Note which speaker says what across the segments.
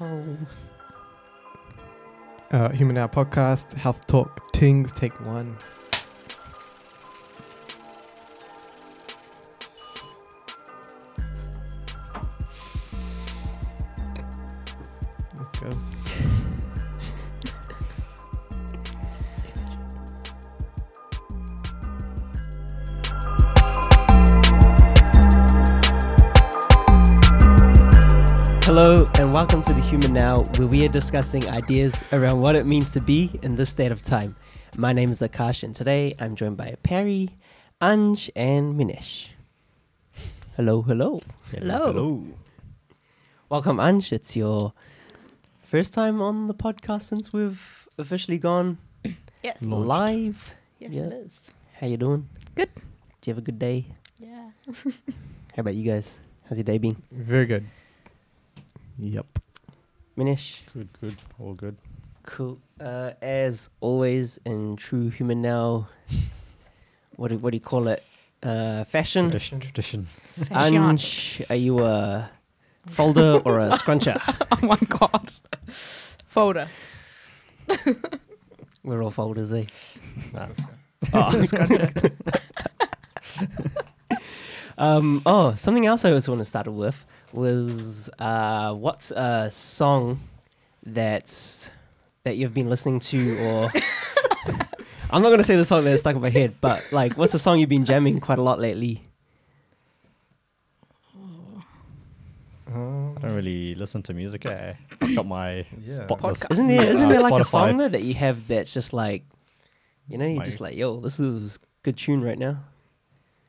Speaker 1: Oh. Uh, Human Hour Podcast, Health Talk, Tings, Take One. Let's go.
Speaker 2: Hello, and welcome to The Human Now, where we are discussing ideas around what it means to be in this state of time. My name is Akash, and today I'm joined by Perry, Anj, and Minesh. Hello, hello.
Speaker 3: Hello.
Speaker 2: Welcome, Anj. It's your first time on the podcast since we've officially gone
Speaker 3: Yes.
Speaker 2: live.
Speaker 3: Yes,
Speaker 2: Yeah.
Speaker 3: it is.
Speaker 2: How you doing?
Speaker 3: Good.
Speaker 2: Did you have a good day?
Speaker 3: Yeah.
Speaker 2: How about you guys? How's your day been?
Speaker 1: Very good. Yep.
Speaker 2: Minesh?
Speaker 4: Good, good, all good.
Speaker 2: Cool. Uh, as always, in true human now, what do, what do you call it? Uh, fashion.
Speaker 4: Tradition, tradition.
Speaker 2: Ange, are you a folder or a scruncher?
Speaker 3: oh my god. Folder.
Speaker 2: We're all folders, eh? Oh, Um, oh, something else I also want to start with was uh, what's a song that's that you've been listening to, or I'm not gonna say the song that's stuck in my head, but like, what's a song you've been jamming quite a lot lately?
Speaker 1: Um,
Speaker 4: I don't really listen to music. Eh? I've got my
Speaker 1: Yeah.
Speaker 4: spot list.
Speaker 3: Podcast.
Speaker 2: Isn't there
Speaker 4: Yeah,
Speaker 2: isn't
Speaker 4: uh,
Speaker 2: there like a
Speaker 4: Spotify.
Speaker 2: song though that you have that's just like you know, you're
Speaker 4: My-
Speaker 2: just like, yo, this is good tune right now.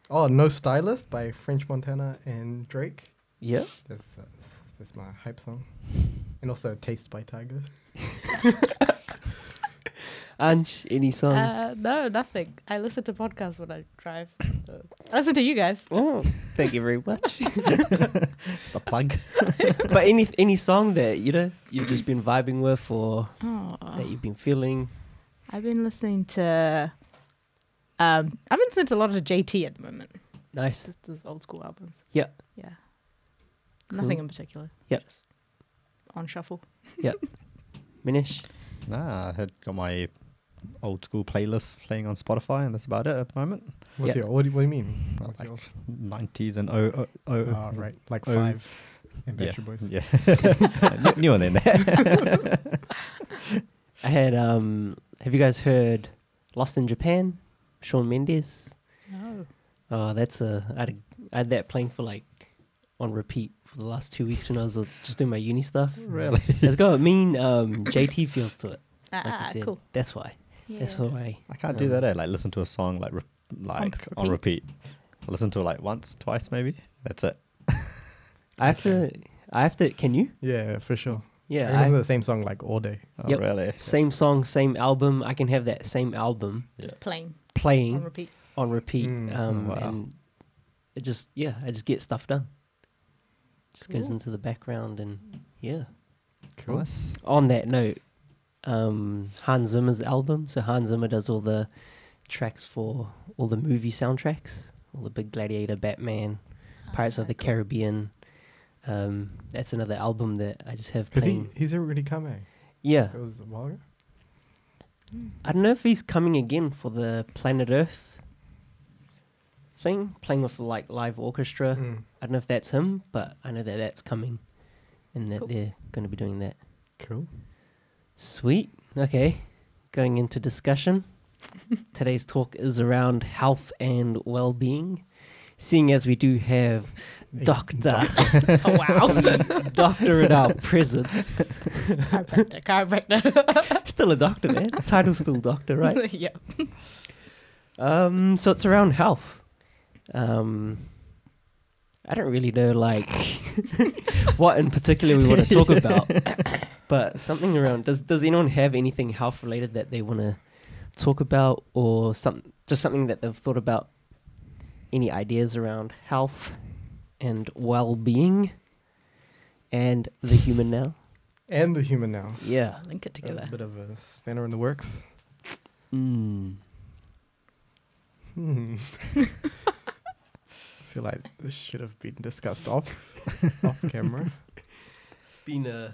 Speaker 1: oh, No Stylist by French Montana and Drake.
Speaker 2: Yeah.
Speaker 1: That's, uh, that's- that's my hype song. And also Taste by Tiger.
Speaker 2: Ange, any song?
Speaker 3: Uh, no, nothing. I listen to podcasts when I drive. So. I listen to you guys.
Speaker 2: oh, thank you very much.
Speaker 1: It's a plug.
Speaker 2: but any any song that you know you've just been vibing with or
Speaker 3: Oh,
Speaker 2: that you've been feeling.
Speaker 3: I've been listening to. Um, I've been listening to a lot of JT at the moment.
Speaker 2: Nice.
Speaker 3: Just those old school albums.
Speaker 2: Yeah.
Speaker 3: Yeah.
Speaker 2: Cool.
Speaker 3: Nothing in particular.
Speaker 2: Yep.
Speaker 3: Just on shuffle.
Speaker 2: Minish.
Speaker 4: Nah, I had got my old school playlist playing on Spotify, and that's about it at the moment.
Speaker 1: What's
Speaker 2: Yeah.
Speaker 1: your, what, do, what do you mean?
Speaker 4: I
Speaker 1: What's
Speaker 4: like
Speaker 1: your-
Speaker 4: 90s and oh, oh, oh,
Speaker 1: Ah, right. Like
Speaker 4: oh,
Speaker 1: five. And
Speaker 4: Yeah,
Speaker 1: Backstreet Boys.
Speaker 4: yeah. New- New one in there.
Speaker 2: I had um have you guys heard Lost in Japan? Sean Mendes.
Speaker 3: No.
Speaker 2: Oh, that's a I had, a, I had that playing for like on repeat for the last two weeks when I was uh, just doing my uni stuff.
Speaker 4: really?
Speaker 2: It's got a mean um, JT feels to it. Like you
Speaker 3: Ah,
Speaker 2: said.
Speaker 3: cool.
Speaker 2: That's why. That's
Speaker 3: Yeah.
Speaker 2: why.
Speaker 4: I can't do
Speaker 2: Um,
Speaker 4: that. Eh? Like listen to a song like re- like on repeat. I listen to it like once, twice, maybe. That's it.
Speaker 2: I have to. I have to. Can you?
Speaker 1: Yeah, for sure. I
Speaker 2: Yeah.
Speaker 1: listen to
Speaker 2: I,
Speaker 1: the same song like all day.
Speaker 4: Oh,
Speaker 2: Yep.
Speaker 4: Really?
Speaker 2: same song, same album. I can have that same album
Speaker 3: Playing on
Speaker 2: playing
Speaker 3: repeat.
Speaker 2: on repeat.
Speaker 1: Mm,
Speaker 2: um,
Speaker 4: wow.
Speaker 2: And it just yeah, I just get stuff done. Just goes
Speaker 3: Cool.
Speaker 2: into the background and yeah.
Speaker 4: Nice.
Speaker 2: on that note, um, Hans Zimmer's album. So Hans Zimmer does all the tracks for all the movie soundtracks, all the big Gladiator, Batman, Pirates of the Caribbean. Um, that's another album that I just have
Speaker 1: Because he,
Speaker 2: playing.
Speaker 1: he's already come, eh?
Speaker 2: yeah,
Speaker 1: That was a while ago.
Speaker 2: I don't know if he's coming again for the Planet Earth thing, playing with like live orchestra.
Speaker 1: Mm.
Speaker 2: I don't know if that's him, but I know that that's coming, and that
Speaker 3: Cool.
Speaker 2: they're going to be doing that.
Speaker 1: Cool.
Speaker 2: Sweet. Okay. Going into discussion. Today's talk is around health and well being. Seeing as we do have
Speaker 1: A
Speaker 2: Doctor
Speaker 3: Oh, wow.
Speaker 2: Doctor in our presence.
Speaker 3: chiropractor, chiropractor.
Speaker 2: Still a doctor, man. Title's still doctor, right?
Speaker 3: yeah.
Speaker 2: Um so it's around health. Um I don't really know like what in particular we want to talk about. but something around does does anyone have anything health related that they want to talk about or some just something that they've thought about any ideas around health and well-being and the human now
Speaker 1: And the human now.
Speaker 2: yeah
Speaker 3: Link it
Speaker 1: That was
Speaker 3: together.
Speaker 1: a bit of a spanner in the works.
Speaker 2: mm.
Speaker 1: Hmm. I feel like this should have been discussed off, off camera.
Speaker 2: it's been a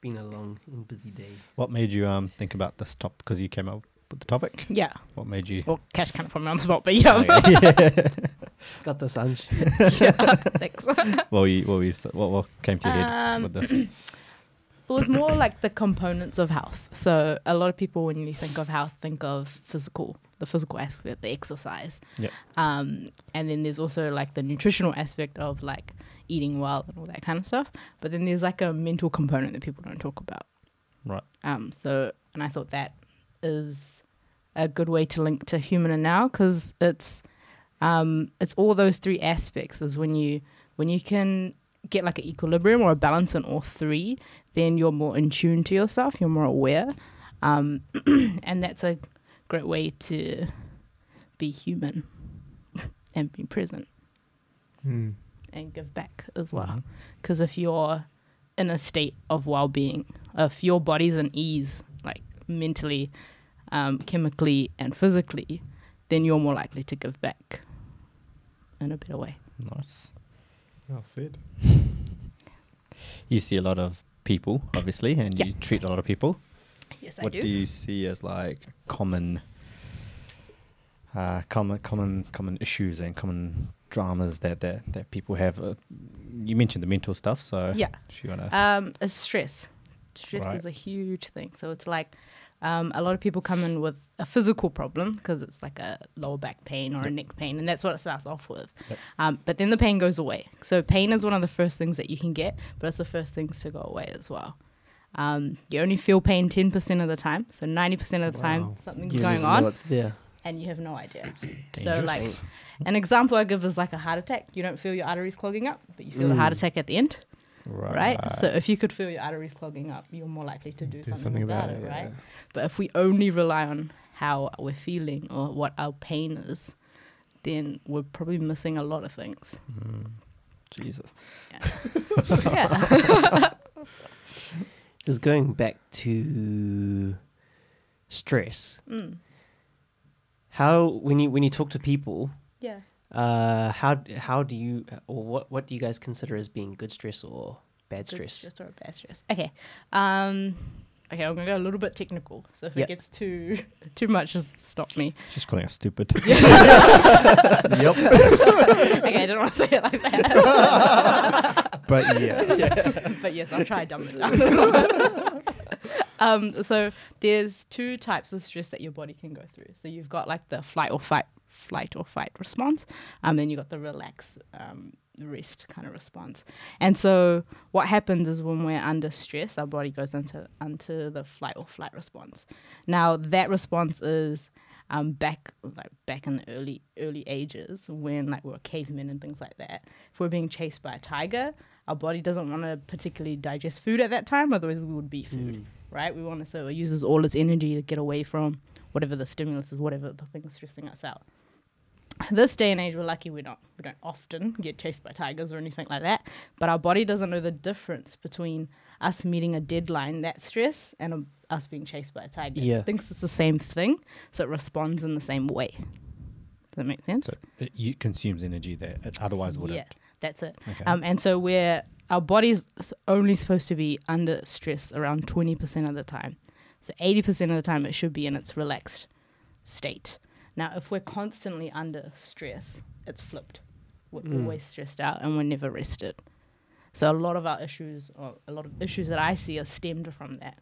Speaker 2: been a long and busy day.
Speaker 4: What made you um think about this top? Because you came up with the topic.
Speaker 3: Yeah.
Speaker 4: What made you?
Speaker 3: Well, Cash can't put me on the spot, but yeah.
Speaker 2: Got this, Ange.
Speaker 3: yeah. Thanks.
Speaker 4: Well, you, what, were you, s- what, what came to your head
Speaker 3: Um,
Speaker 4: with this?
Speaker 3: It was more like the components of health. So a lot of people, when you think of health, think of physical, the physical aspect, the exercise.
Speaker 4: Yep.
Speaker 3: Um, and then there's also like the nutritional aspect of like eating well and all that kind of stuff. But then there's like a mental component that people don't talk about.
Speaker 4: Right.
Speaker 3: Um, so, and I thought that is a good way to link to human and now because it's um, it's all those three aspects. Is when you when you can get like an equilibrium or a balance in all three, then you're more in tune to yourself. You're more aware, um, and that's a great way to be human and be present
Speaker 1: Mm.
Speaker 3: and give back as well.
Speaker 4: Mm-hmm.
Speaker 3: Because if you're in a state of well being, if your body's in ease, like mentally, um, chemically, and physically, then you're more likely to give back in a better way.
Speaker 4: Nice.
Speaker 1: Well said.
Speaker 4: You see a lot of people, obviously, and
Speaker 3: Yeah.
Speaker 4: you treat a lot of people.
Speaker 3: Yes,
Speaker 4: what do. you see as like common, uh, common, common, common issues and common dramas that that, that people have? Uh, you mentioned the mental stuff, so
Speaker 3: Yeah.
Speaker 4: If you wanna,
Speaker 3: Um, is stress. Stress
Speaker 4: Right.
Speaker 3: is a huge thing. So it's like um, a lot of people come in with a physical problem because it's like a lower back pain or a
Speaker 4: Yep.
Speaker 3: neck pain, and that's what it starts off with.
Speaker 4: Yep.
Speaker 3: Um, but then the pain goes away. So pain is one of the first things that you can get, but it's the first things to go away as well. Um, you only feel pain 10% of the time. So 90% of the
Speaker 1: Wow.
Speaker 3: time, something's
Speaker 2: You
Speaker 3: going
Speaker 2: know
Speaker 3: on,
Speaker 2: what's there.
Speaker 3: and you have no idea. So, like,
Speaker 4: dangerous.
Speaker 3: an example I give is like a heart attack. You don't feel your arteries clogging up, but you feel the heart
Speaker 2: Mm.
Speaker 3: attack at the end
Speaker 4: right.
Speaker 3: right? So if you could feel your arteries clogging up, you're more likely to do, something, about, it, right? But if we only rely on how we're feeling or what our pain is, then we're probably missing a lot of things.
Speaker 4: Mm, Jesus.
Speaker 3: yeah.
Speaker 2: Just going back to stress.
Speaker 3: Mm.
Speaker 2: How when you when you talk to people,
Speaker 3: Yeah.
Speaker 2: uh, how how do you or what what do you guys consider as being good stress or bad stress?
Speaker 3: Just or bad stress. Okay. Um, okay, I'm gonna go a little bit technical. So if
Speaker 2: Yep.
Speaker 3: it gets too too much, just stop me.
Speaker 4: She's calling us stupid.
Speaker 1: yep.
Speaker 3: okay, I didn't want to say it like that.
Speaker 1: But yeah.
Speaker 3: but yes, I'll try to dumb it down. um, so there's two types of stress that your body can go through. So you've got like the flight or fight, flight or fight response, um, and you got the relax, um, rest kind of response. And so what happens is when we're under stress, our body goes into into the flight or flight response. Now that response is um, back like back in the early early ages when like we were cavemen and things like that. If we're being chased by a tiger, our body doesn't want to particularly digest food at that time, otherwise we would be food, right? We want to so it uses all its energy to get away from whatever the stimulus is, whatever the thing is stressing us out. This day and age, we're lucky we don't we don't often get chased by tigers or anything like that, but our body doesn't know the difference between us meeting a deadline that stress and um us being chased by a tiger.
Speaker 2: Yeah.
Speaker 3: It thinks it's the same thing, so it responds in the same way. Does that make sense?
Speaker 4: so it you consumes energy that it otherwise wouldn't.
Speaker 3: Yeah, that's it.
Speaker 4: Okay.
Speaker 3: Um, and so we're our body's s- only supposed to be under stress around twenty percent of the time. So eighty percent of the time, it should be in its relaxed state. Now, if we're constantly under stress, it's flipped. We're always stressed out, and we're never rested. So a lot of our issues, or a lot of issues that I see, are stemmed from that.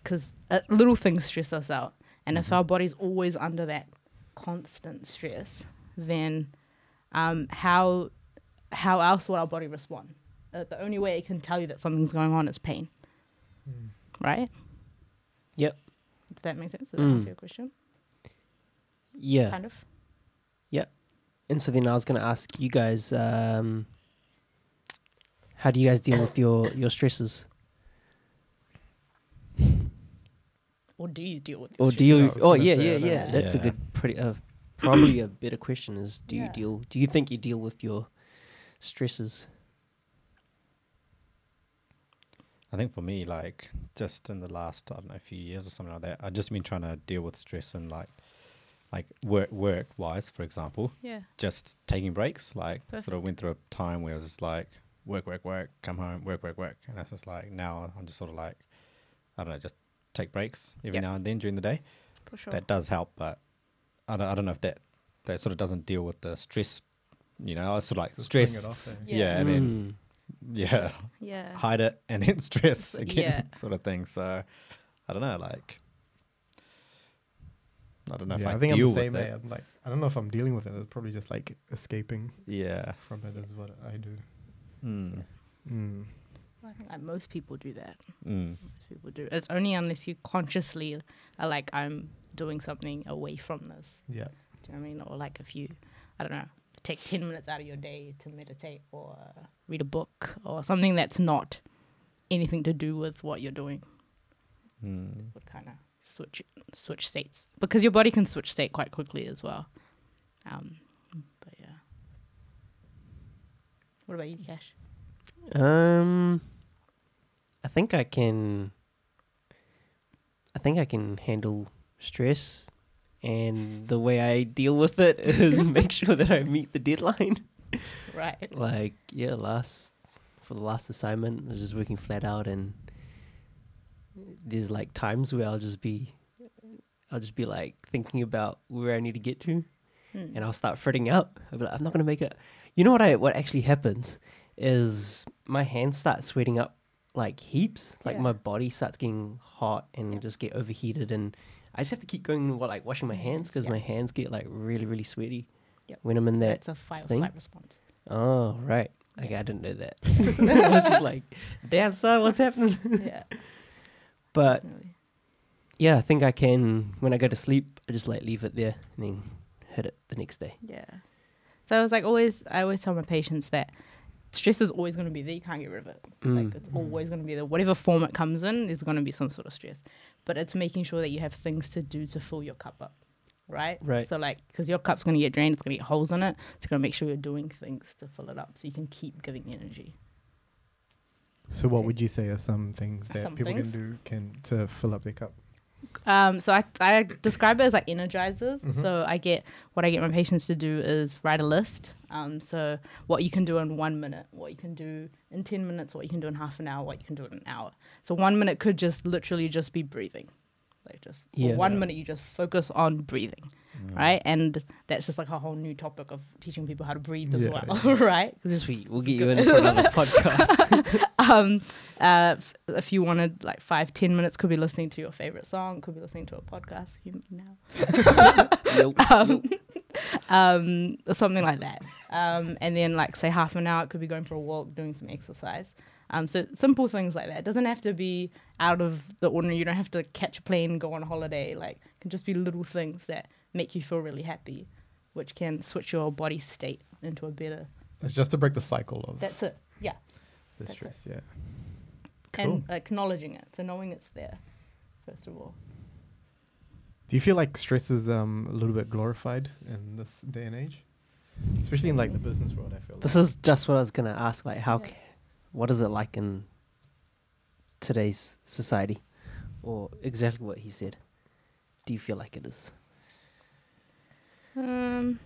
Speaker 3: Because uh, little things stress us out, and if our body's always under that constant stress, then um, how how else would our body respond? Uh, the only way it can tell you that something's going on is pain, right?
Speaker 2: Yep.
Speaker 3: Does that make sense? Does that
Speaker 2: Mm.
Speaker 3: answer your question?
Speaker 2: Yeah.
Speaker 3: Kind of.
Speaker 2: And so then I was going to ask you guys, um, how do you guys deal with your your stresses,
Speaker 3: Or do you deal with? your
Speaker 2: or
Speaker 3: stress?
Speaker 2: do you?
Speaker 1: I was
Speaker 2: Oh
Speaker 1: gonna
Speaker 2: yeah,
Speaker 1: say, I
Speaker 2: yeah,
Speaker 1: don't
Speaker 2: yeah.
Speaker 1: know.
Speaker 2: That's a
Speaker 4: Yeah.
Speaker 2: good, pretty, uh, probably a better question. Is do you
Speaker 3: Yeah.
Speaker 2: deal? Do you think you deal with your stresses?
Speaker 4: I think for me, like just in the last I don't know few years or something like that, I've just been trying to deal with stress and like like work work wise, for example,
Speaker 3: Yeah.
Speaker 4: just taking breaks. Like sort of
Speaker 3: Perfect.
Speaker 4: went through a time where it was like work, work, work, come home, work, work, work. And that's just like now I'm just sort of like, I don't know, just take breaks every
Speaker 3: Yep.
Speaker 4: now and then during the day.
Speaker 3: For sure.
Speaker 4: That does help, but I don't, I don't know if that that sort of doesn't deal with the stress. You know, it's sort of like
Speaker 1: Just bring
Speaker 4: stress.
Speaker 1: it off, eh?
Speaker 3: Yeah.
Speaker 4: Yeah. and then
Speaker 2: Hmm.
Speaker 4: yeah,
Speaker 3: yeah.
Speaker 4: hide it and then stress again,
Speaker 3: Yeah.
Speaker 4: sort of thing. So I don't know, like I don't know if
Speaker 1: Yeah,
Speaker 4: I,
Speaker 1: I think I'm
Speaker 4: deal
Speaker 1: the same.
Speaker 4: with
Speaker 1: eh?
Speaker 4: it.
Speaker 1: I'm like, I don't know if I'm dealing with it. It's probably just like escaping
Speaker 4: Yeah.
Speaker 1: from it is what I do.
Speaker 4: Mm.
Speaker 1: Mm.
Speaker 3: I think like most people do that.
Speaker 4: Mm.
Speaker 3: Most people do. It's only unless you consciously are like, I'm doing something away from this.
Speaker 1: Yeah.
Speaker 3: Do you know what I mean? Or like if you, I don't know, take 10 minutes out of your day to meditate or read a book or something that's not anything to do with what you're doing
Speaker 4: Mm.
Speaker 3: would kind of switch switch states because your body can switch state quite quickly as well. Um, but yeah. What about you, Cash?
Speaker 2: Um, I think I can. I think I can handle stress, and the way I deal with it is make sure that I meet the deadline.
Speaker 3: Right.
Speaker 2: Like, yeah, last for the last assignment, I was just working flat out, and there's like times where I'll just be, I'll just be like thinking about where I need to get to,
Speaker 3: Mm.
Speaker 2: and I'll start fretting out. I'll be like, I'm not gonna make it. You know what I what actually happens is my hands start sweating up like heaps. Like
Speaker 3: Yeah.
Speaker 2: my body starts getting hot and
Speaker 3: Yeah.
Speaker 2: just get overheated, and I just have to keep going what like washing my hands because
Speaker 3: Yeah.
Speaker 2: my hands get like really really sweaty
Speaker 3: Yep.
Speaker 2: when I'm in that.
Speaker 3: That's a fight or
Speaker 2: thing?
Speaker 3: flight response.
Speaker 2: Oh right,
Speaker 3: Yeah.
Speaker 2: okay, I didn't know that. I was just like, damn son, what's happening?
Speaker 3: yeah.
Speaker 2: But
Speaker 3: definitely.
Speaker 2: yeah, I think I can. When I go to sleep, I just like leave it there and then hit it the next day.
Speaker 3: Yeah. So I was like always I always tell my patients that stress is always gonna be there, you can't get rid of it.
Speaker 2: Mm.
Speaker 3: Like it's always gonna be there. Whatever form it comes in, there's gonna be some sort of stress. But it's making sure that you have things to do to fill your cup up. Right?
Speaker 2: Right.
Speaker 3: So like because your cup's gonna get drained, it's gonna get holes in it. So you're gonna make sure you're doing things to fill it up so you can keep giving energy.
Speaker 1: So,
Speaker 3: Okay.
Speaker 1: what would you say are some things
Speaker 3: Are
Speaker 1: that
Speaker 3: some
Speaker 1: people
Speaker 3: things?
Speaker 1: can do can to fill up their cup?
Speaker 3: Um, so I, I describe it as like energizers.
Speaker 2: Mm-hmm.
Speaker 1: Mhm.
Speaker 3: So I get what I get my patients to do is write a list. Um, so what you can do in one minute, what you can do in ten minutes, what you can do in half an hour, what you can do in an hour. So one minute could just literally just be breathing. Like just for
Speaker 2: Yeah.
Speaker 3: one
Speaker 1: Yeah.
Speaker 3: minute you just focus on breathing, right? And that's just like a whole new topic of teaching people how to breathe as
Speaker 1: Yeah.
Speaker 3: well, right? 'Cause it's
Speaker 2: Sweet, we'll get you in for another podcast.
Speaker 3: um, uh, f- if you wanted like five, ten minutes, could be listening to your favorite song, could be listening to a podcast. You know,
Speaker 2: Yep, yep.
Speaker 3: um, or something like that. Um, and then like say half an hour, it could be going for a walk, doing some exercise. Um, so simple things like that. It doesn't have to be out of the ordinary. You don't have to catch a plane, go on holiday. Like it can just be little things that make you feel really happy, which can switch your body state into a better.
Speaker 1: It's just to break the cycle of
Speaker 3: That's it. Yeah.
Speaker 1: the
Speaker 3: that's it.
Speaker 1: stress. Yeah.
Speaker 3: And acknowledging it. So knowing it's there, first of all.
Speaker 1: Do you feel like stress is um, a little bit glorified in this day and age, especially in like the business world? I feel
Speaker 2: This
Speaker 1: like.
Speaker 2: is just what I was gonna ask. Like, how,
Speaker 3: Yeah.
Speaker 2: ca what is it like in today's society, or exactly what he said? Do you feel like it is?
Speaker 3: Um,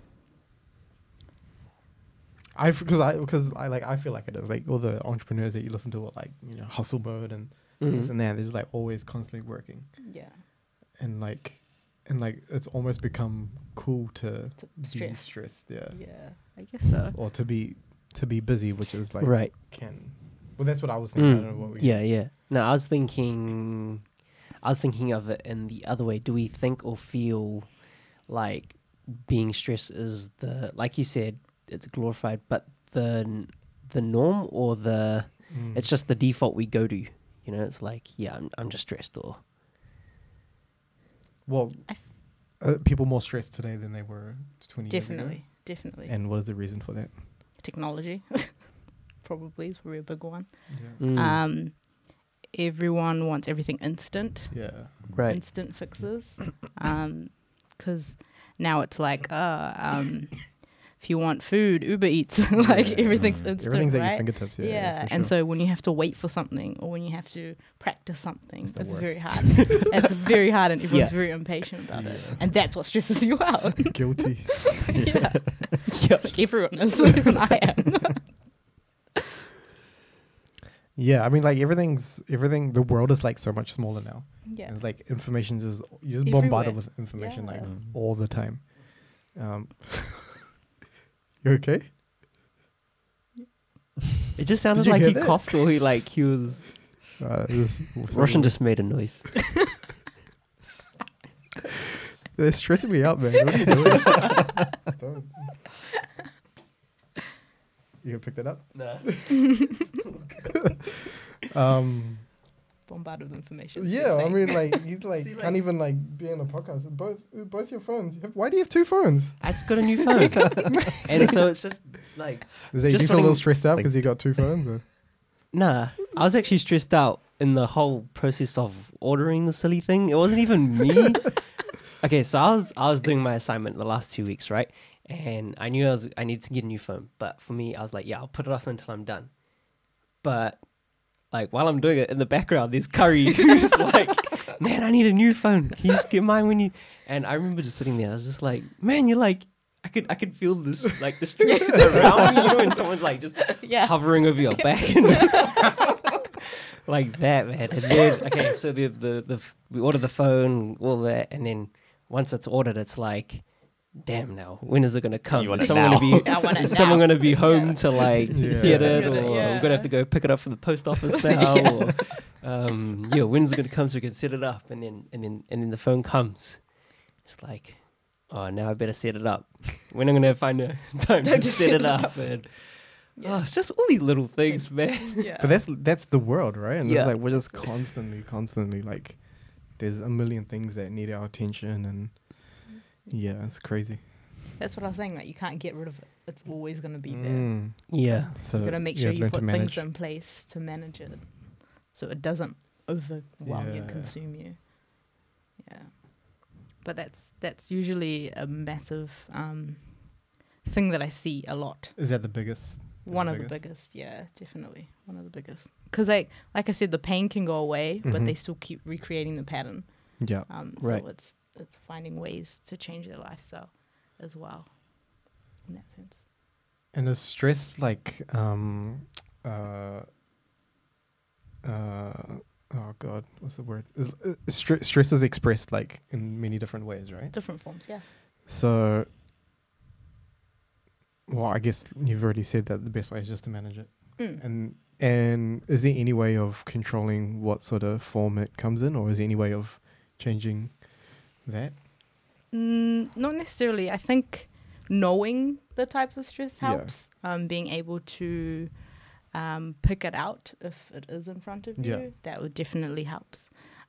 Speaker 1: I because I because I like I feel like it is like all the entrepreneurs that you listen to are like you know hustle mode and
Speaker 3: Mm-hmm.
Speaker 1: this and that. They're just like always constantly working
Speaker 3: yeah.
Speaker 1: and like and like it's almost become cool to
Speaker 3: To
Speaker 1: be
Speaker 3: stress.
Speaker 1: stressed. Yeah.
Speaker 3: Yeah, I guess so.
Speaker 1: Or to be to be busy, which is like
Speaker 2: right.
Speaker 1: can. Well, that's what I was thinking. I
Speaker 2: Mm.
Speaker 1: don't know what we.
Speaker 2: Yeah, yeah. No, I was thinking, I was thinking of it in the other way. Do we think or feel like being stressed is the, like you said, it's glorified, but the the norm or the
Speaker 1: Mm.
Speaker 2: it's just the default we go to. You know, it's like, yeah, I'm, I'm just stressed, or
Speaker 1: well,
Speaker 3: I f-
Speaker 1: uh, people more stressed today than they were twenty years ago.
Speaker 3: Definitely, definitely.
Speaker 1: And what is the reason for that?
Speaker 3: Technology probably is probably a big one.
Speaker 1: Yeah.
Speaker 2: Mm,
Speaker 3: Um, everyone wants everything instant.
Speaker 1: Yeah.
Speaker 2: right.
Speaker 3: instant fixes because now it's like uh, um, if you want food uber eats like
Speaker 1: Yeah.
Speaker 3: everything's
Speaker 4: Mm.
Speaker 3: instant
Speaker 1: Everything's at your
Speaker 3: right?
Speaker 1: fingertips. Yeah.
Speaker 3: yeah, and so when you have to wait for something or when you have to practice something
Speaker 1: It's
Speaker 3: it's,
Speaker 1: the
Speaker 3: very
Speaker 1: worst.
Speaker 3: hard it's very hard and everyone's
Speaker 2: Yeah.
Speaker 3: very impatient about it
Speaker 1: Yeah.
Speaker 3: and that's what stresses you out
Speaker 1: guilty.
Speaker 3: yeah
Speaker 2: Yep.
Speaker 3: like everyone is even i am
Speaker 1: Yeah, I mean, like everything's everything. The world is like so much smaller now.
Speaker 3: Yeah.
Speaker 1: And, like information is you're just bombarded with
Speaker 3: Everywhere.
Speaker 1: information like
Speaker 3: Yeah.
Speaker 4: Mm.
Speaker 1: all the time. Um, you okay?
Speaker 2: It just sounded
Speaker 1: you
Speaker 2: like
Speaker 1: hear
Speaker 2: he
Speaker 1: that?
Speaker 2: coughed or he like he was.
Speaker 1: Uh, this- what's that
Speaker 2: Russian
Speaker 1: word?
Speaker 2: just made a noise.
Speaker 1: They're stressing me out, man. What are you doing? Don't. You gonna pick that up?
Speaker 2: No.
Speaker 1: Um,
Speaker 3: Bombarded with information. is what
Speaker 1: yeah,
Speaker 3: you're
Speaker 1: I
Speaker 3: saying.
Speaker 1: mean, like you like,
Speaker 2: See,
Speaker 1: can't
Speaker 2: like-
Speaker 1: even like be on a podcast. Both both your phones. Why do you have two phones?
Speaker 2: I just got a new phone, and so it's just like
Speaker 1: Is that, do you
Speaker 2: Just
Speaker 1: feel a little
Speaker 2: wanting-
Speaker 1: stressed out
Speaker 4: like-
Speaker 1: because you got two phones? Or?
Speaker 2: Nah, I was actually stressed out in the whole process of ordering the silly thing. It wasn't even me. okay, so I was I was doing my assignment the last two weeks, right? And I knew I was I needed to get a new phone, but for me, I was like, yeah, I'll put it off until I'm done. But like while I'm doing it in the background, there's Curry who's like, man, I need a new phone. Can you just get mine when you? And I remember just sitting there. I was just like, man, you're like. I could I could feel this like the stress around me, you know, and someone's like just
Speaker 3: yeah.
Speaker 2: hovering over your back and just- like that, man. And then okay, so the, the the we order the phone, all that, and then once it's ordered, it's like, damn, now when is it gonna come?
Speaker 4: You want
Speaker 2: Is
Speaker 4: it
Speaker 2: someone
Speaker 4: now.
Speaker 2: gonna be
Speaker 3: I want it
Speaker 2: is someone
Speaker 3: now.
Speaker 2: gonna be home
Speaker 3: Yeah.
Speaker 2: to like
Speaker 1: Yeah.
Speaker 2: get it,
Speaker 3: Get
Speaker 2: or
Speaker 3: it,
Speaker 2: we're
Speaker 3: yeah.
Speaker 2: gonna have to go pick it up from the post office now, or um, yeah, when's it gonna come so we can set it up? And then and then and then the phone comes. It's like, oh, now I better set it up. When I'm gonna find a time to
Speaker 3: Don't
Speaker 2: set it up, and Oh,
Speaker 3: Yeah.
Speaker 2: it's just all these little things, man.
Speaker 3: yeah.
Speaker 1: But that's that's the world, right? And
Speaker 2: Yeah.
Speaker 1: it's like we're just constantly, constantly like there's a million things that need our attention and
Speaker 3: Mm-hmm.
Speaker 1: yeah, it's crazy.
Speaker 3: That's what I was saying. Like you can't get rid of it. It's always going to be there.
Speaker 1: Mm.
Speaker 2: Yeah.
Speaker 1: So
Speaker 3: you got to make
Speaker 1: yeah,
Speaker 3: sure you
Speaker 1: learn to
Speaker 3: put
Speaker 1: manage.
Speaker 3: things in place to manage it, so it doesn't overwhelm you,
Speaker 1: Yeah.
Speaker 3: and consume you. Yeah, but that's that's usually a massive um, thing that I see a lot.
Speaker 1: Is that the biggest? the
Speaker 3: One of the
Speaker 1: biggest?
Speaker 3: biggest, yeah, definitely one of the biggest. Because like like I said, the pain can go away, but
Speaker 1: Mhm.
Speaker 3: they still keep recreating the pattern.
Speaker 1: Yeah.
Speaker 3: Um,
Speaker 2: Right.
Speaker 3: So it's it's finding ways to change their lifestyle as well. In that sense,
Speaker 1: And is stress like um uh uh oh god, what's the word? Is, uh, stre- stress is expressed like in many different ways, right?
Speaker 3: different forms, yeah.
Speaker 1: So, well, I guess you've already said that the best way is just to manage it.
Speaker 3: Mm.
Speaker 1: And and is there any way of controlling what sort of form it comes in, or is there any way of changing that?
Speaker 3: Mm, not necessarily. I think knowing the types of stress
Speaker 1: Yeah.
Speaker 3: helps. Um, being able to um, pick it out if it is in front of
Speaker 1: Yeah.
Speaker 3: you, that would definitely helps.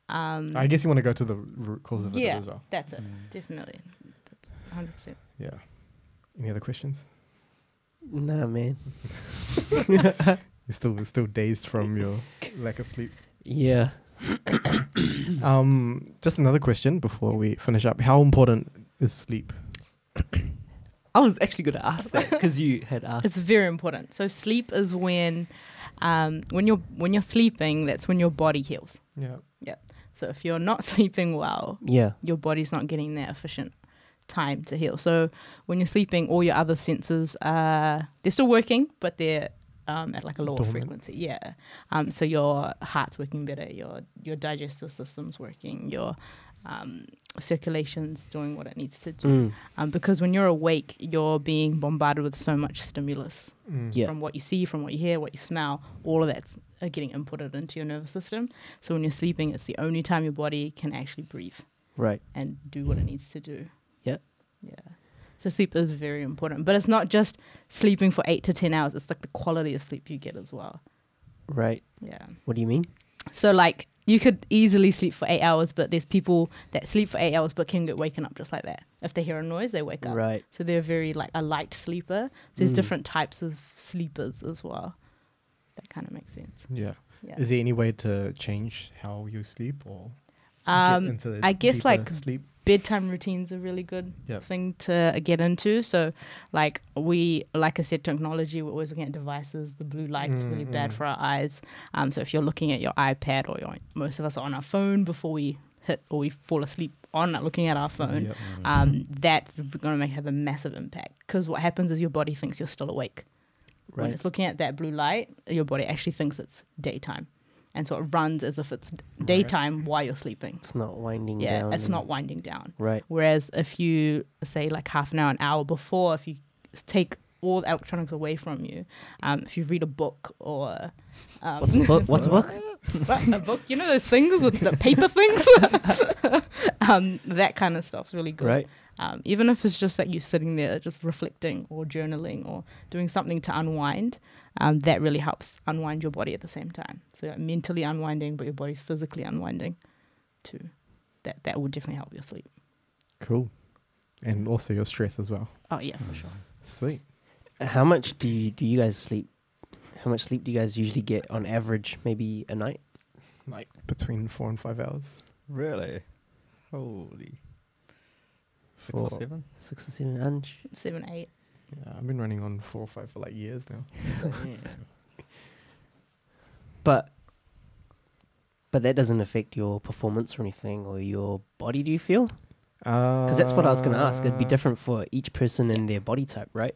Speaker 3: Um,
Speaker 1: I guess you want to go to the root cause of
Speaker 3: yeah,
Speaker 1: it as well.
Speaker 3: that's it.
Speaker 4: Mm.
Speaker 3: Definitely, that's hundred percent.
Speaker 1: Yeah. Any other questions?
Speaker 2: Nah, man.
Speaker 1: You're still you're still dazed from your lack of sleep.
Speaker 2: Yeah.
Speaker 1: Um, just another question before we finish up. How important is sleep?
Speaker 2: I was actually going to ask that because you had asked.
Speaker 3: It's very important. So sleep is when, um, when you're when you're sleeping, that's when your body heals.
Speaker 1: Yeah.
Speaker 3: So if you're not sleeping well,
Speaker 2: yeah.
Speaker 3: your body's not getting that efficient time to heal. So when you're sleeping, all your other senses are they're still working, but they're um, at like a lower
Speaker 1: Dormant.
Speaker 3: frequency. Yeah. Um, so your heart's working better, your your digestive system's working, your um, circulation's doing what it needs to do.
Speaker 2: Mm.
Speaker 3: Um, because when you're awake, you're being bombarded with so much stimulus
Speaker 1: Mm.
Speaker 2: Yeah.
Speaker 3: from what you see, from what you hear, what you smell, all of that's uh, getting inputted into your nervous system. So when you're sleeping, it's the only time your body can actually breathe
Speaker 2: Right.
Speaker 3: and do what it needs to do.
Speaker 2: Yep.
Speaker 3: Yeah. So sleep is very important, but it's not just sleeping for eight to ten hours. It's like the quality of sleep you get as well.
Speaker 2: Right.
Speaker 3: Yeah.
Speaker 2: What do you mean?
Speaker 3: So like you could easily sleep for eight hours, but there's people that sleep for eight hours but can get waken up just like that. If they hear a noise, they wake up.
Speaker 2: Right.
Speaker 3: So they're very like a light sleeper. So there's
Speaker 2: Mm.
Speaker 3: different types of sleepers as well. That kind of makes sense.
Speaker 1: Yeah.
Speaker 3: Yeah.
Speaker 1: Is there any way to change how you sleep or
Speaker 3: Um,
Speaker 1: into the
Speaker 3: I guess,
Speaker 1: deeper
Speaker 3: like,
Speaker 1: sleep?
Speaker 3: bedtime routine's a really good
Speaker 1: Yep.
Speaker 3: thing to get into. So, like we, like I said, technology. We're always looking at devices. The blue light's really
Speaker 1: Mm,
Speaker 3: bad
Speaker 1: mm.
Speaker 3: for our eyes. Um, so if you're looking at your iPad or your, most of us are on our phone before we hit or we fall asleep on looking at our phone.
Speaker 1: Yep.
Speaker 3: uh,
Speaker 2: Mm-hmm.
Speaker 3: Um, that's going to make have a massive impact because what happens is your body thinks you're still awake. When
Speaker 2: Right.
Speaker 3: it's looking at that blue light, your body actually thinks it's daytime. And so it runs as if it's d- daytime while you're sleeping.
Speaker 2: It's not winding
Speaker 3: Yeah,
Speaker 2: down.
Speaker 3: it's
Speaker 2: and-
Speaker 3: not winding down.
Speaker 2: Right.
Speaker 3: Whereas if you say like half an hour, an hour before, if you s- take all the electronics away from you, um, if you read a book or um,
Speaker 2: What's a book? What's a book?
Speaker 3: what, a book, you know those things with the paper things, um, that kind of stuff's really good.
Speaker 2: Right.
Speaker 3: Um, even if it's just that you sitting there just reflecting or journaling or doing something to unwind, um, that really helps unwind your body at the same time. So you're mentally unwinding, but your body's physically unwinding too. That that will definitely help your sleep.
Speaker 1: Cool. And also your stress as well.
Speaker 3: Oh yeah,
Speaker 4: Hmm.
Speaker 3: for sure.
Speaker 1: Sweet.
Speaker 2: How much do you do you guys sleep? How much sleep do you guys usually get on average? Maybe a night.
Speaker 1: Like between four and five hours.
Speaker 4: Really? Holy. Six or
Speaker 1: For-
Speaker 4: seven?
Speaker 2: Six or seven inch.
Speaker 3: Seven, eight.
Speaker 1: Yeah, I've been running on four or five for like years now.
Speaker 4: Hmm.
Speaker 2: But but that doesn't affect your performance or anything or your body. Do you feel?
Speaker 1: Because
Speaker 2: Because that's what I was going to ask. It'd be different for each person and their body type, right?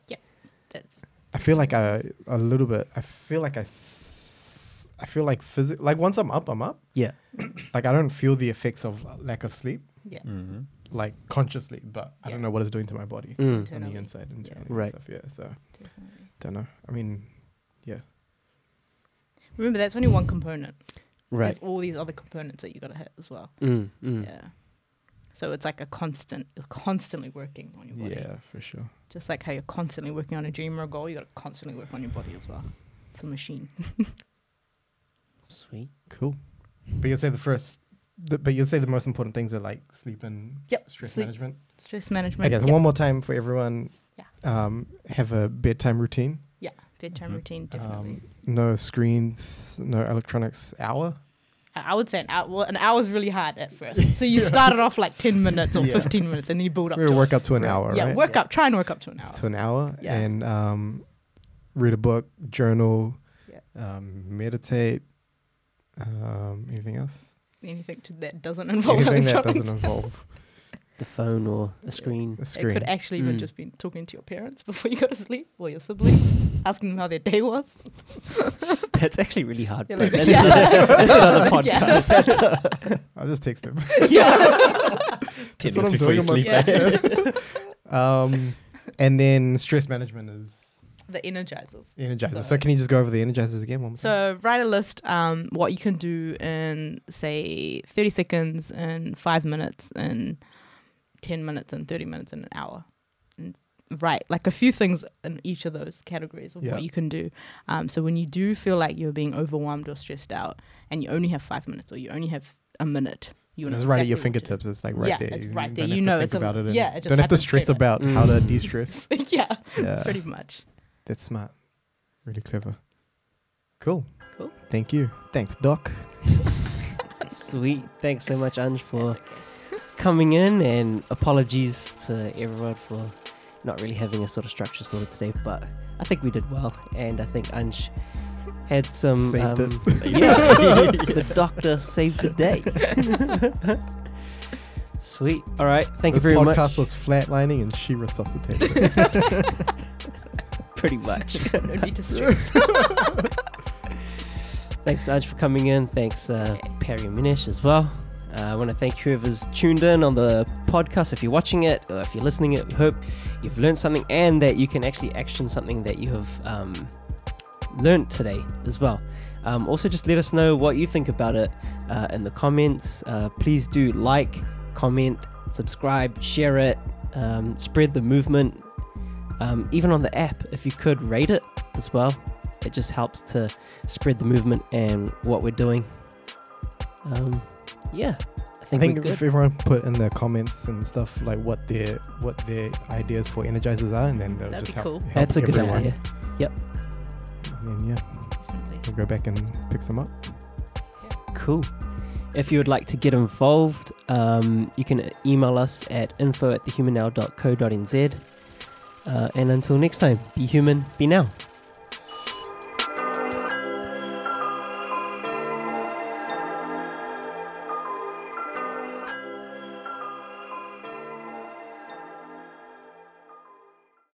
Speaker 3: That's
Speaker 1: I feel like I a little bit. I feel like I. S- I feel like physic. Like once I'm up, I'm up.
Speaker 2: Yeah.
Speaker 1: Like I don't feel the effects of lack of sleep,
Speaker 3: yeah.
Speaker 4: Mm-hmm.
Speaker 1: like consciously, but I don't
Speaker 3: Yeah.
Speaker 1: know what it's doing to my body
Speaker 2: Mm.
Speaker 1: on
Speaker 3: Internally.
Speaker 1: the inside and
Speaker 3: Yeah.
Speaker 2: Right.
Speaker 1: right. stuff. Yeah. So
Speaker 3: Definitely.
Speaker 1: don't know. I mean, yeah.
Speaker 3: Remember, that's only one component.
Speaker 2: Right.
Speaker 3: There's all these other components that you gotta hit as well.
Speaker 2: Mm, mm.
Speaker 3: Yeah. So it's like a constant, you're constantly working on your body.
Speaker 1: Yeah, for sure.
Speaker 3: Just like how you're constantly working on a dream or a goal, you gotta constantly work on your body as well. It's a machine.
Speaker 2: Sweet.
Speaker 1: Cool. But you'd say the first. The, but you'd say the most important things are like sleep and
Speaker 3: Yep,
Speaker 1: stress
Speaker 3: sleep.
Speaker 1: management.
Speaker 3: Stress management.
Speaker 1: Okay, so
Speaker 3: yeah.
Speaker 1: one more time for everyone.
Speaker 3: Yeah.
Speaker 1: Um, have a bedtime routine.
Speaker 3: yeah. Bedtime
Speaker 1: Mm-hmm.
Speaker 4: Mhm.
Speaker 3: routine, definitely.
Speaker 1: Um, no screens, no electronics. Hour.
Speaker 3: I I would say an hour. Well, an hour's really hard at first. So you started off like 10 minutes or
Speaker 1: Yeah.
Speaker 3: 15 minutes and then you build up.
Speaker 1: We
Speaker 3: to
Speaker 1: work up to an
Speaker 2: Right.
Speaker 1: hour,
Speaker 3: it. Yeah,
Speaker 1: right?
Speaker 3: work up. Try and work up to an hour.
Speaker 1: to an hour
Speaker 3: Yeah.
Speaker 1: and um, read a book, journal,
Speaker 3: Yeah.
Speaker 1: um, meditate. Um, anything else?
Speaker 3: Anything to, that doesn't involve
Speaker 1: anything that
Speaker 3: electronics.
Speaker 1: doesn't involve
Speaker 2: The phone or a screen.
Speaker 1: a
Speaker 3: It could
Speaker 1: screen.
Speaker 3: actually even
Speaker 2: Mm.
Speaker 3: just be talking to your parents before you go to sleep or your siblings, asking them how their day was.
Speaker 2: That's actually really hard.
Speaker 3: Yeah,
Speaker 2: but
Speaker 3: like-
Speaker 2: that's, another, that's another
Speaker 3: Yeah.
Speaker 2: podcast.
Speaker 1: I'll just text them.
Speaker 2: Yeah.
Speaker 4: Ten
Speaker 1: That's what
Speaker 4: minutes
Speaker 1: I'm
Speaker 4: before you
Speaker 1: doing on
Speaker 4: sleep.
Speaker 3: Yeah.
Speaker 1: um, and then stress management is
Speaker 3: The energizers.
Speaker 1: energizers. So,
Speaker 3: So-
Speaker 1: can you just go over the energizers again? One more time?
Speaker 3: So write a list um, what you can do in say 30 seconds and 5 minutes and 10 minutes and 30 minutes and an hour. And write like a few things in each of those categories of
Speaker 1: Yeah.
Speaker 3: what you can do. Um, so when you do feel like you're being overwhelmed or stressed out and you only have 5 minutes or you only have a minute, you
Speaker 1: And
Speaker 3: know
Speaker 1: it's right at your
Speaker 3: exactly what to do.
Speaker 1: fingertips. It's like right
Speaker 3: Yeah,
Speaker 1: there.
Speaker 3: it's
Speaker 1: You
Speaker 3: right there.
Speaker 1: don't have
Speaker 3: You
Speaker 1: to
Speaker 3: know
Speaker 1: think
Speaker 3: it's a-
Speaker 1: about it. and
Speaker 3: yeah, it just
Speaker 1: don't have to
Speaker 3: happens
Speaker 1: stress
Speaker 3: straight
Speaker 1: about how to de-stress.
Speaker 3: yeah,
Speaker 1: Yeah,
Speaker 3: pretty much.
Speaker 1: that's smart. Really clever. Cool.
Speaker 3: Cool.
Speaker 1: Thank you. Thanks, Doc.
Speaker 2: Sweet. Thanks so much, Ange, for
Speaker 3: That's okay.
Speaker 2: coming in, and apologies to everyone for not really having a sort of structure sorted today. But I think we did well, and I think Ange had some.
Speaker 1: Saved
Speaker 2: um, Yeah, the doctor saved the day. Sweet. All right. Thank
Speaker 1: this
Speaker 2: you very
Speaker 1: podcast
Speaker 2: much.
Speaker 1: was flatlining and she resuscitated. it.
Speaker 2: pretty much.
Speaker 3: No need to stress.
Speaker 2: Thanks, Ange, for coming in. Thanks, uh,
Speaker 3: Okay.
Speaker 2: Perry Minish, as well. Uh, I want to thank whoever's tuned in on the podcast. If you're watching it or if you're listening, it, we hope you've learned something and that you can actually action something that you have um, learned today as well. Um, also, just let us know what you think about it uh, in the comments. Uh, please do like, comment, subscribe, share it, um, spread the movement. Um, even on the app, if you could rate it as well, it just helps to spread the movement and what we're doing. Um, yeah, I
Speaker 1: I
Speaker 2: think,
Speaker 1: think
Speaker 2: we're
Speaker 1: if
Speaker 2: good.
Speaker 1: everyone put in the comments and stuff like what their what their ideas for energizers are, and then that'll
Speaker 3: That'd
Speaker 1: just
Speaker 3: be
Speaker 1: help.
Speaker 3: cool.
Speaker 1: help
Speaker 2: That's a good
Speaker 1: everyone.
Speaker 2: idea.
Speaker 1: And then, yeah,
Speaker 3: Definitely.
Speaker 1: we'll go back and pick some up.
Speaker 2: Cool. If you would like to get involved, um, you can email us at info at thehumanow.co.nz. Uh, and until next time, be human, be now.